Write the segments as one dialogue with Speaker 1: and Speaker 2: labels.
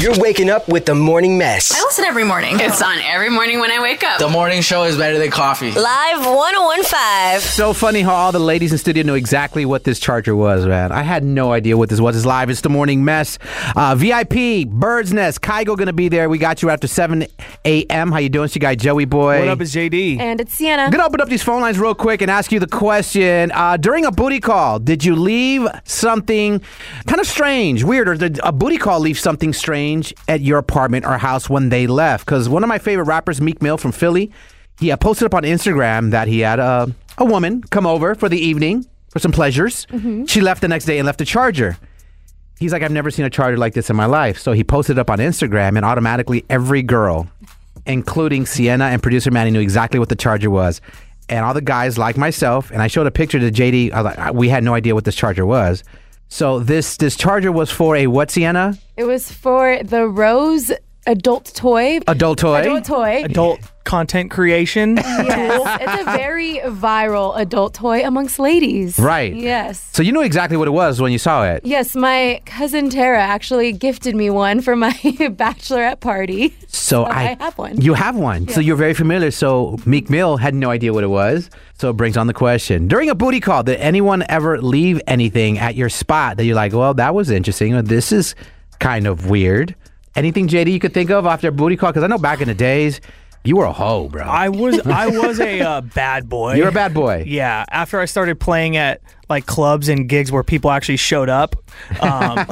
Speaker 1: You're waking up with the morning mess.
Speaker 2: I listen every morning. It's on every morning when I wake up.
Speaker 3: The morning show is better than coffee.
Speaker 4: Live 1015.
Speaker 5: So funny how all the ladies in studio know exactly what this charger was, man. I had no idea what this was. It's live. It's the morning mess. Uh, VIP, Bird's Nest, Kygo gonna be there. We got you after 7 a.m. How you doing? It's your guy Joey Boy.
Speaker 6: What up, is JD?
Speaker 2: And it's Sienna.
Speaker 5: I'm gonna open up these phone lines real quick and ask you the question. Uh, during a booty call, did you leave something kind of strange, weird, or did a booty call leave something strange at your apartment or house when they left? Because one of my favorite rappers, Meek Mill from Philly, he uh, posted up on Instagram that he had a, a woman come over for the evening for some pleasures. She left the next day and left a charger. He's like, I've never seen a charger like this in my life. So he posted it up on Instagram, and automatically every girl, including Sienna and producer Manny, knew exactly what the charger was. And all the guys, like myself, and I showed a picture to JD. I was like, "I- we had no idea what this charger was. So this this charger was for a what, Sienna?
Speaker 7: It was for the Rose adult toy.
Speaker 5: Adult toy.
Speaker 7: Adult toy.
Speaker 6: Adult content creation.
Speaker 7: Yes. it's a very viral adult toy amongst ladies.
Speaker 5: Right.
Speaker 7: Yes.
Speaker 5: So you knew exactly what it was when you saw it.
Speaker 7: Yes, my cousin Tara actually gifted me one for my bachelorette party.
Speaker 5: So
Speaker 7: But
Speaker 5: I,
Speaker 7: I have one.
Speaker 5: You have one. So you're very familiar. So Meek Mill had no idea what it was. So it brings on the question. During a booty call, did anyone ever leave anything at your spot that you're like, well, that was interesting, or this is kind of weird? Anything, JD, you could think of after a booty call? Because I know back in the days, you were a hoe, bro.
Speaker 6: I was I was a uh, bad boy.
Speaker 5: You're a bad boy.
Speaker 6: Yeah. After I started playing at like clubs and gigs where people actually showed up, um,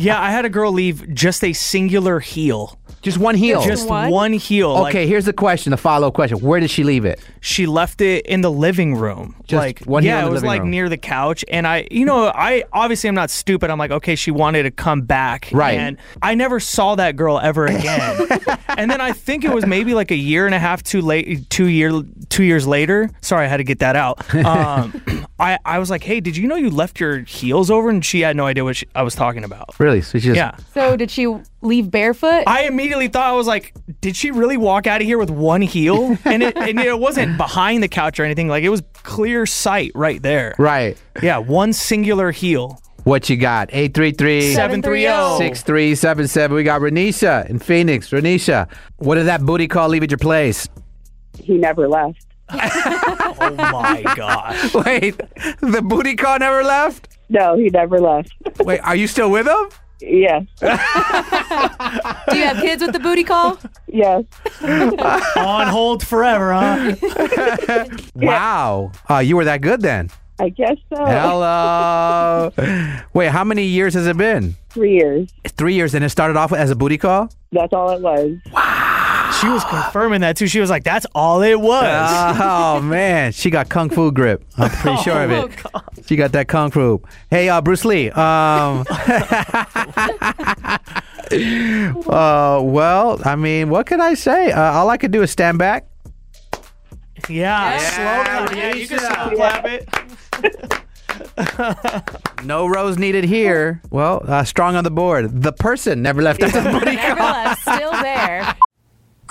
Speaker 6: yeah, I had a girl leave just a singular heel,
Speaker 5: Just one heel.
Speaker 6: just
Speaker 7: What?
Speaker 6: one heel.
Speaker 5: okay,
Speaker 6: Like,
Speaker 5: here's the question, the follow up question. Where did she leave it?
Speaker 6: she left it in the living room.
Speaker 5: Just
Speaker 6: like
Speaker 5: one heel
Speaker 6: yeah,
Speaker 5: in the
Speaker 6: it was
Speaker 5: living
Speaker 6: like
Speaker 5: room.
Speaker 6: near the couch, and I, you know, I obviously I'm not stupid. I'm like, okay, she wanted to come back,
Speaker 5: Right.
Speaker 6: And I never saw that girl ever again. and then I think it was maybe like a year and a half too late, two year, two years later. Sorry, I had to get that out. Um, I I was like, hey, did you know you left your heels over? And she had no idea what she, I was talking about.
Speaker 5: Really? So she just
Speaker 6: Yeah.
Speaker 7: So did she leave barefoot?
Speaker 6: I immediately thought I was like, did she really walk out of here with one heel? And it and it wasn't behind the couch or anything. Like it was clear sight right there.
Speaker 5: Right.
Speaker 6: Yeah, one singular heel.
Speaker 5: What you got? 833
Speaker 6: Seven three oh. zero.
Speaker 5: 6377. We got Renisha in Phoenix. Renisha, what did that booty call leave at your place?
Speaker 8: he never left.
Speaker 6: Oh my gosh.
Speaker 5: Wait, the booty call never left?
Speaker 8: No, he never left.
Speaker 5: Wait, are you still with him?
Speaker 8: yes,
Speaker 7: Do you have kids with the booty call?
Speaker 8: yes.
Speaker 6: On hold forever, huh?
Speaker 5: Wow. Uh, you were that good then.
Speaker 8: I guess so.
Speaker 5: Hello. Wait, how many years has it been?
Speaker 8: Three years.
Speaker 5: It's three years, and it started off as a booty call?
Speaker 8: That's all it was.
Speaker 6: She was confirming that too. She was like, that's all it was.
Speaker 5: Oh, man. She got kung fu grip. I'm pretty sure of
Speaker 6: Oh,
Speaker 5: it. She got that kung fu. Hey, uh, Bruce Lee. Um, uh, well, I mean, what can I say? Uh, all I could do is stand back.
Speaker 6: yeah. Slow down. Yeah, you can slow clap it.
Speaker 5: No rose needed here. Well, uh, strong on the board. The person never left after the booty
Speaker 7: Never left. Still there.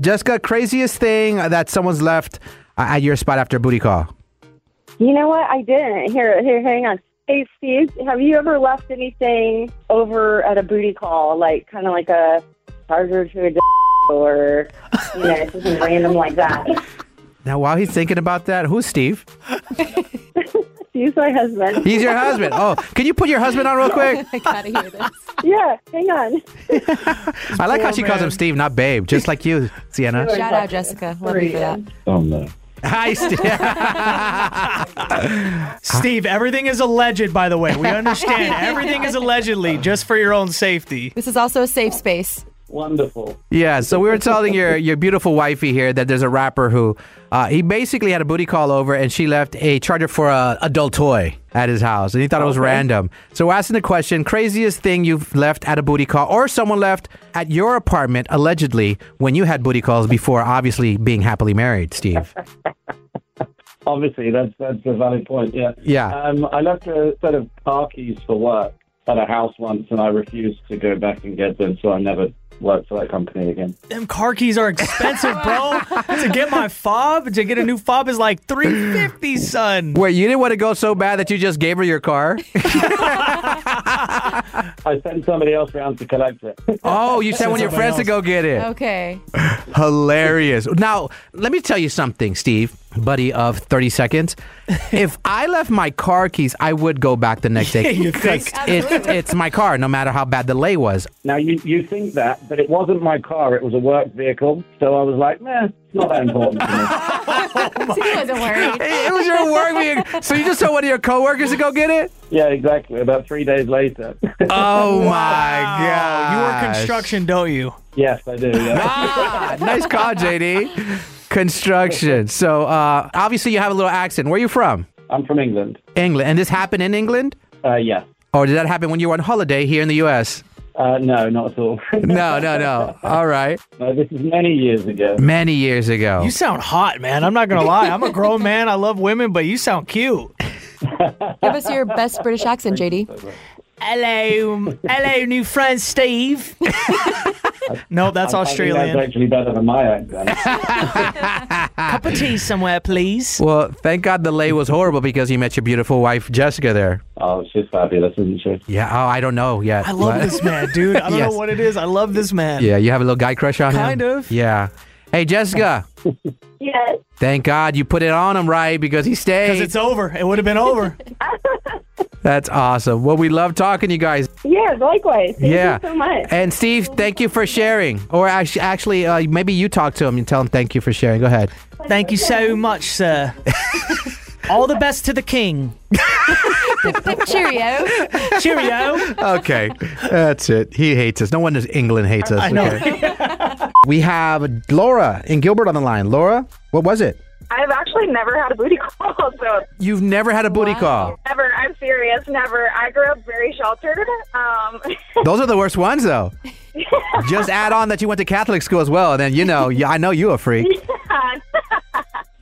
Speaker 5: Jessica, craziest thing that someone's left uh, at your spot after a booty call.
Speaker 8: You know what? I didn't. Here, here, hang on. Hey, Steve, have you ever left anything over at a booty call, like kind of like a charger to a d- or you know something random like that?
Speaker 5: Now, while he's thinking about that, who's Steve?
Speaker 8: He's my husband.
Speaker 5: He's your husband. Oh, can you put your husband on real quick?
Speaker 8: I gotta hear this. Yeah, hang on.
Speaker 5: I like how she calls him Steve, not babe, just like you, Sienna.
Speaker 7: Shout out, Jessica. Love you for that.
Speaker 9: Oh no.
Speaker 5: Hi,
Speaker 6: Steve, everything is alleged, by the way. We understand. everything is allegedly just for your own safety.
Speaker 7: This is also a safe space.
Speaker 9: Wonderful.
Speaker 5: Yeah, so we were telling your your beautiful wifey here that there's a rapper who uh, he basically had a booty call over and she left a charger for a adult toy at his house and he thought it was random. So we're asking the question: craziest thing you've left at a booty call or someone left at your apartment allegedly when you had booty calls before, obviously being happily married, Steve.
Speaker 9: Obviously, that's that's a valid point. Yeah.
Speaker 5: Yeah.
Speaker 9: Um, I left a set of car keys for work at a house once, and I refused to go back and get them, so I never worked for that company again.
Speaker 6: Them car keys are expensive, bro. to get my fob, to get a new fob is like three fifty, son.
Speaker 5: Wait, you didn't want to go so bad that you just gave her your car?
Speaker 9: I sent somebody else around to collect it.
Speaker 5: Oh, you sent one of your friends to go get it.
Speaker 7: Okay.
Speaker 5: Hilarious. Now, let me tell you something, Steve, buddy of 30 seconds. If I left my car keys, I would go back the next day.
Speaker 6: You
Speaker 5: because
Speaker 6: think?
Speaker 5: it, it's my car, no matter how bad the lay was.
Speaker 9: Now you you think that, but it wasn't my car; it was a work vehicle. So I was like, "Nah, it's Eh, not that important." to me."
Speaker 7: He wasn't
Speaker 5: It,
Speaker 7: worried.
Speaker 5: it was your work vehicle. So you just told one of your coworkers to go get it?
Speaker 9: Yeah, exactly. About three days later.
Speaker 5: Oh, my
Speaker 6: You
Speaker 5: God.
Speaker 6: work construction, don't you?
Speaker 9: yes, I do. Yeah.
Speaker 5: Ah, nice call, JD. Construction. So uh, obviously you have a little accent. Where are you from?
Speaker 9: I'm from England.
Speaker 5: England. And this happened in England?
Speaker 9: Uh, yes.
Speaker 5: Or did that happen when you were on holiday here in the U.S.?
Speaker 9: Uh, no, not at all.
Speaker 5: No, no, no. All right.
Speaker 9: no, this is many years ago.
Speaker 5: Many years ago.
Speaker 6: You sound hot, man. I'm not gonna lie. I'm a grown man. I love women, but you sound cute.
Speaker 7: Give us your best British accent, JD.
Speaker 6: Hello, um, hello, new friend, Steve. no, that's
Speaker 9: I think That's
Speaker 6: Australian.
Speaker 9: actually better than my accent.
Speaker 6: Cup of tea somewhere, please.
Speaker 5: Well, thank God the lay was horrible because you met your beautiful wife, Jessica, there.
Speaker 9: oh, she's fabulous, isn't she?
Speaker 5: Yeah. Oh, I don't know yet.
Speaker 6: I love
Speaker 5: But-
Speaker 6: this man, dude. I don't
Speaker 5: Yes.
Speaker 6: know what it is. I love this man.
Speaker 5: Yeah, you have a little guy crush on him?
Speaker 6: Kind of.
Speaker 5: Yeah. Hey, Jessica,
Speaker 8: Yes.
Speaker 5: thank God you put it on him right because he
Speaker 6: Because
Speaker 5: stayed.
Speaker 6: it's over. It would have been over.
Speaker 5: That's awesome. Well, we love talking to you guys.
Speaker 8: Yeah. Likewise. Thank
Speaker 5: yeah.
Speaker 8: You so much.
Speaker 5: And Steve, thank you for sharing. Or act- actually, uh, maybe you talk to him and tell him thank you for sharing. Go ahead.
Speaker 6: Thank you so much, sir. All the best to the king.
Speaker 7: Cheerio.
Speaker 6: Cheerio.
Speaker 5: okay, that's it. He hates us. No one in England hates us. okay? we have Laura in Gilbert on the line. Laura, what was it?
Speaker 8: I've actually never had a booty call, so
Speaker 5: You've never had a booty call.
Speaker 8: never. I'm serious. Never. I grew up very sheltered. Um,
Speaker 5: Those are the worst ones, though. Just add on that you went to Catholic school as well, and then you know, yeah, I know you a freak.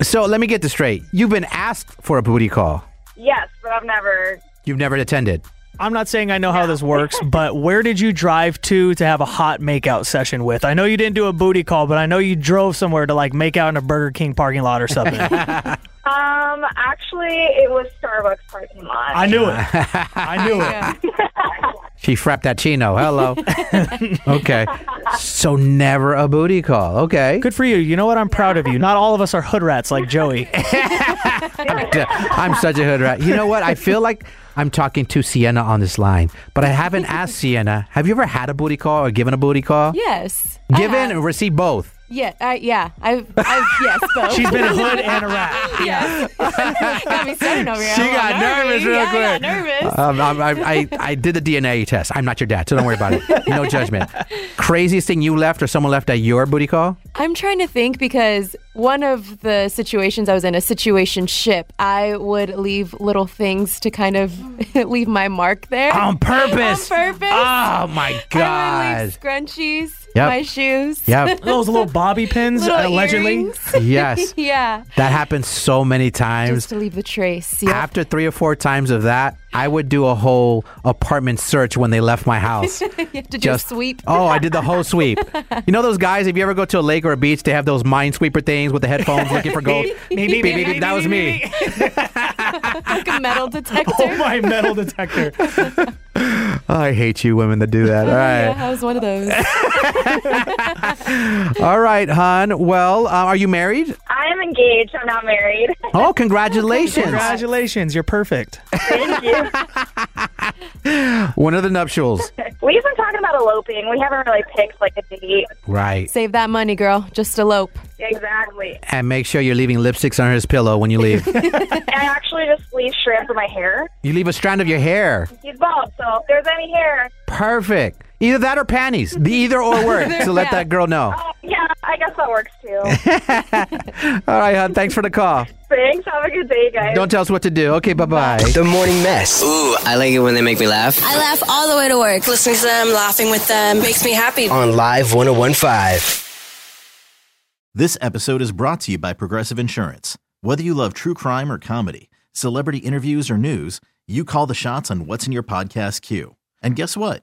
Speaker 5: So let me get this straight. You've been asked for a booty call.
Speaker 8: yes, but I've never.
Speaker 5: You've never attended.
Speaker 6: I'm not saying I know how this works, but where did you drive to to have a hot makeout session with? I know you didn't do a booty call, but I know you drove somewhere to like make out in a Burger King parking lot or something.
Speaker 8: Um, actually, it was Starbucks parking lot.
Speaker 6: I knew it. I knew it.
Speaker 5: She frappuccino. Hello. okay. So never a booty call. Okay.
Speaker 6: Good for you. You know what? I'm proud of you. Not all of us are hood rats like Joey.
Speaker 5: I'm such a hood rat. You know what? I feel like I'm talking to Sienna on this line, but I haven't asked Sienna. Have you ever had a booty call or given a booty call?
Speaker 7: Yes.
Speaker 5: Given and received both.
Speaker 7: Yeah. I, yeah. I've. I've. Yes. Both.
Speaker 6: She's been a hood and a rat.
Speaker 7: Yes. got me sitting over here.
Speaker 5: She
Speaker 7: I'm
Speaker 5: got nervous real
Speaker 7: yeah, I got
Speaker 5: quick.
Speaker 7: nervous.
Speaker 5: Um, I, I, I, I did the DNA test. I'm not your dad, so don't worry about it. No judgment. Craziest thing you left or someone left at your booty call?
Speaker 10: I'm trying to think because one of the situations I was in, a situation ship, I would leave little things to kind of leave my mark there.
Speaker 5: On purpose.
Speaker 10: On purpose.
Speaker 5: Oh my
Speaker 10: I would
Speaker 5: god.
Speaker 10: leave scrunchies,
Speaker 5: Yep.
Speaker 10: my shoes.
Speaker 5: Yep.
Speaker 11: Those little bobby pins,
Speaker 10: Little
Speaker 11: allegedly.
Speaker 10: earrings.
Speaker 5: uh, Yes.
Speaker 10: yeah.
Speaker 5: That happens so many times.
Speaker 10: Just to leave the trace. Yep.
Speaker 5: After three or four times of that, I would do a whole apartment search when they left my house.
Speaker 10: Did you
Speaker 5: Just-
Speaker 10: sweep?
Speaker 5: Oh, I did the whole sweep. you know those guys? If you ever go to a lake or a beach, they have those minesweeper things with the headphones looking for gold.
Speaker 11: Beep, beep, beep, beep, beep,
Speaker 5: that was
Speaker 11: beep,
Speaker 5: me.
Speaker 10: like a metal detector.
Speaker 11: Oh, my metal detector.
Speaker 5: Oh, I hate you women that do that. All
Speaker 10: Yeah,
Speaker 5: right,
Speaker 10: I was one of those.
Speaker 5: all right, hon. Well, uh, are you married?
Speaker 12: I am engaged. I'm not married.
Speaker 5: Oh, congratulations!
Speaker 11: Congratulations, you're perfect.
Speaker 12: Thank you.
Speaker 5: When are the nuptials?
Speaker 12: We've been talking about eloping. We haven't really picked like a date.
Speaker 5: Right.
Speaker 10: Save that money, girl. Just elope.
Speaker 12: Exactly.
Speaker 5: And make sure you're leaving lipsticks under his pillow when you leave.
Speaker 12: I actually just leave strands of my hair.
Speaker 5: you leave a strand of your hair.
Speaker 12: He's bald, so if there's any hair,
Speaker 5: Perfect. Either that or panties. The either or work. so let
Speaker 12: Yeah.
Speaker 5: that girl know.
Speaker 12: uh, yeah, I guess that works too.
Speaker 5: All right, hon. Thanks for the call.
Speaker 12: Thanks. Have a good day, guys.
Speaker 5: Don't tell us what to do. Okay, bye bye.
Speaker 1: The morning mess. Ooh, I like it when they make me laugh.
Speaker 7: I laugh all the way to work. Listening to them, laughing with them makes me happy.
Speaker 1: On Live 1015.
Speaker 6: This episode is brought to you by Progressive Insurance. Whether you love true crime or comedy, celebrity interviews or news, you call the shots on what's in your podcast queue. And guess what?